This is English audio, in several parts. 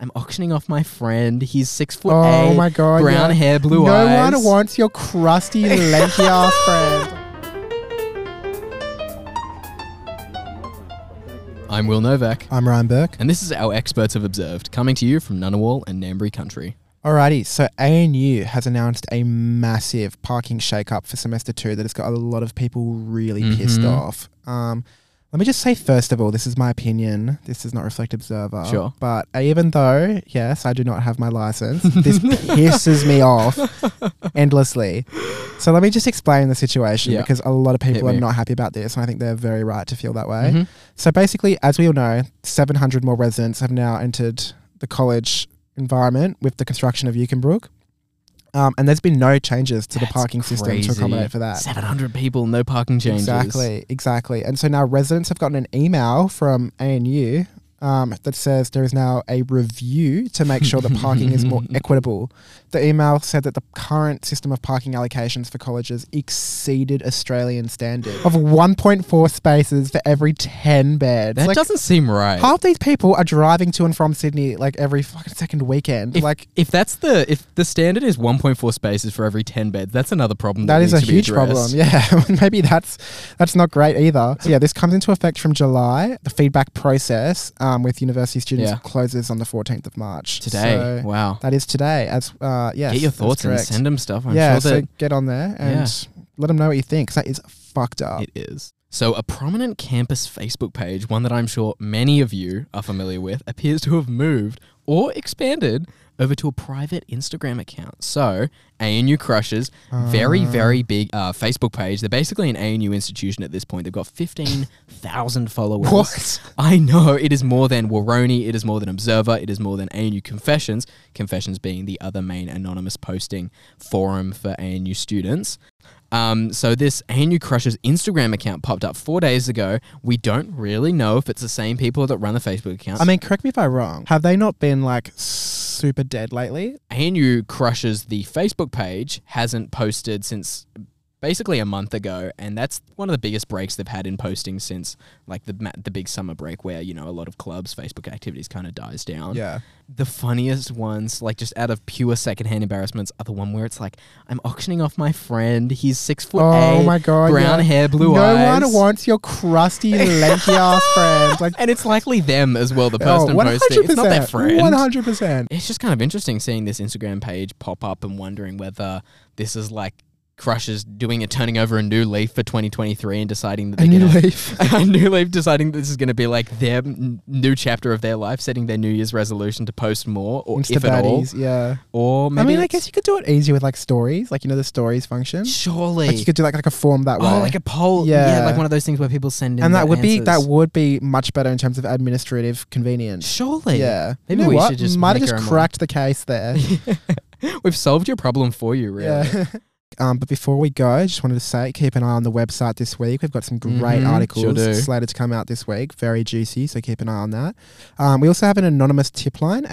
I'm auctioning off my friend. He's six foot Oh eight, my god. brown yeah. hair, blue no eyes. one wants your crusty, lanky ass friend. I'm Will Novak, I'm Ryan Burke. and this is Our Experts Have Observed, coming to you from Ngunnawal and Ngambri Country. Alrighty, so ANU has announced a massive parking shakeup for semester two that has got a lot of people really pissed Mhm. off. Um, let me just say, first of all, this is my opinion. This does not reflect Observer. Sure. But even though, yes, I do not have my license, this pisses me off endlessly. So let me just explain the situation Yeah. because a lot of people Hit are me. not happy about this, and I think they're very right to feel that way. Mhm. So basically, as we all know, 700 more residents have now entered the college environment with the construction of Eukenbrook. Um, and there's been no changes to That's the parking system to crazy. accommodate for that. 700 people, no parking changes. Uh, Exactly, exactly. And so now residents have gotten an email from ANU um, that says there is now a review to make sure that parking is more equitable. The email said that the current system of parking allocations for colleges exceeded Australian standard of 1.4 spaces for every 10 beds. That Like, doesn't seem right. Half these people are driving to and from Sydney like every fucking second weekend. If- like if that's the if the standard is 1.4 spaces for every 10 beds, that's another problem. That, that is a needs to be huge problem. addressed. Yeah, maybe that's that's not great either. So yeah, this comes into effect from July. The feedback process um, with university students Yeah. closes on the 14th of March. Today, So wow. that is today. As uh, yes, Get your that's thoughts and correct. send them stuff. I'm yeah, sure that so get on there and let them know what you think. 'cause that is fucked up. It is. So, a prominent campus Facebook page, one that I'm sure many of you are familiar with, appears to have moved or expanded over to a private Instagram account. So, ANU Crushes, very, very big uh, Facebook page. They're basically an ANU institution at this point. They've got 15,000 followers. What? I know. It is more than Waroni. It is more than Observer. It is more than ANU Confessions, Confessions being the other main anonymous posting forum for ANU students. Um, so this ANU Crushes Instagram account popped up four days ago. We don't really know if it's the same people that run the Facebook account. I mean, correct me if I'm wrong. Have they not been like super dead lately? ANU Crushes, the Facebook page, hasn't posted since basically a month ago, and that's one of the biggest breaks they've had in posting since like the ma- the big summer break, where you know a lot of clubs' Facebook activities kind of dies down. Yeah. the funniest ones, like just out of pure secondhand embarrassments, are the one where it's like, I'm auctioning off my friend. He's six foot Oh eight, my god. brown yeah. hair, blue no eyes. one wants your crusty, lanky ass friend. Like, and it's likely them as well, the oh, person 100%. posting. It's not their friend. 100%. It's just kind of interesting seeing this Instagram page pop up and wondering whether this is like Crushers doing a turning over a new leaf for 2023 and deciding that A they're new going to. leaf. A new leaf deciding this is going to be like their n- new chapter of their life, setting their New Year's resolution to post more, or Insta if at all, baddies, yeah. or maybe I mean, I it's- guess you could do it easier with like stories, like you know the stories function. surely Like you could do like like a form that way. Oh, like a poll. Yeah. Yeah. like one of those things where people send in. and that their would be that answers. would be much better in terms of administrative convenience. surely. Yeah, Maybe you know we what? should just might have make just our own. cracked the case there. We've solved your problem for you, really. Yeah. um, but before we go, I just wanted to say keep an eye on the website this week. We've got some great Mhm, sure articles do. slated to come out this week. Very juicy, so keep an eye on that. Um, we also have an anonymous tip line,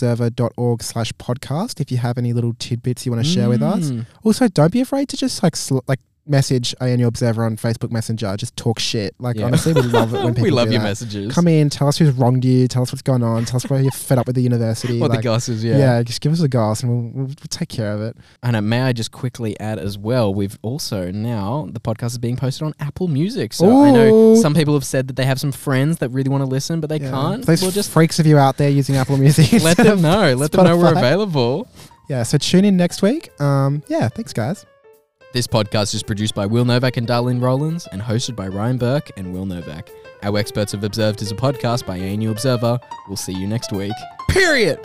anuobserver.org slash podcast, if you have any little tidbits you want to share with us. Mm. Also, don't be afraid to just like sl- like message ANU Observer on Facebook Messenger. Just talk shit. Like Yeah. honestly, we love it when people we love do your that. messages. Come in, tell us who's wronged you, tell us what's going on, tell us why you're fed up with the university. What like, the gusses, yeah. yeah. just give us a gas and we'll, we'll, we'll take care of it. And uh, may I just quickly add as well, we've also now, the podcast is being posted on Apple Music. So I know Ooh. some people have said that they have some friends that really want to listen, but they Yeah. can't. Those We'll just freaks of you out there using Apple Music. let them know. Let them know we're Spotify. available. yeah, so tune in next week. Um, yeah, thanks, guys. This podcast is produced by Will Novak and Darlene Rollins and hosted by Ryan Burke and Will Novak. Our Experts Have Observed is a podcast by ANU Observer. We'll see you next week. Period.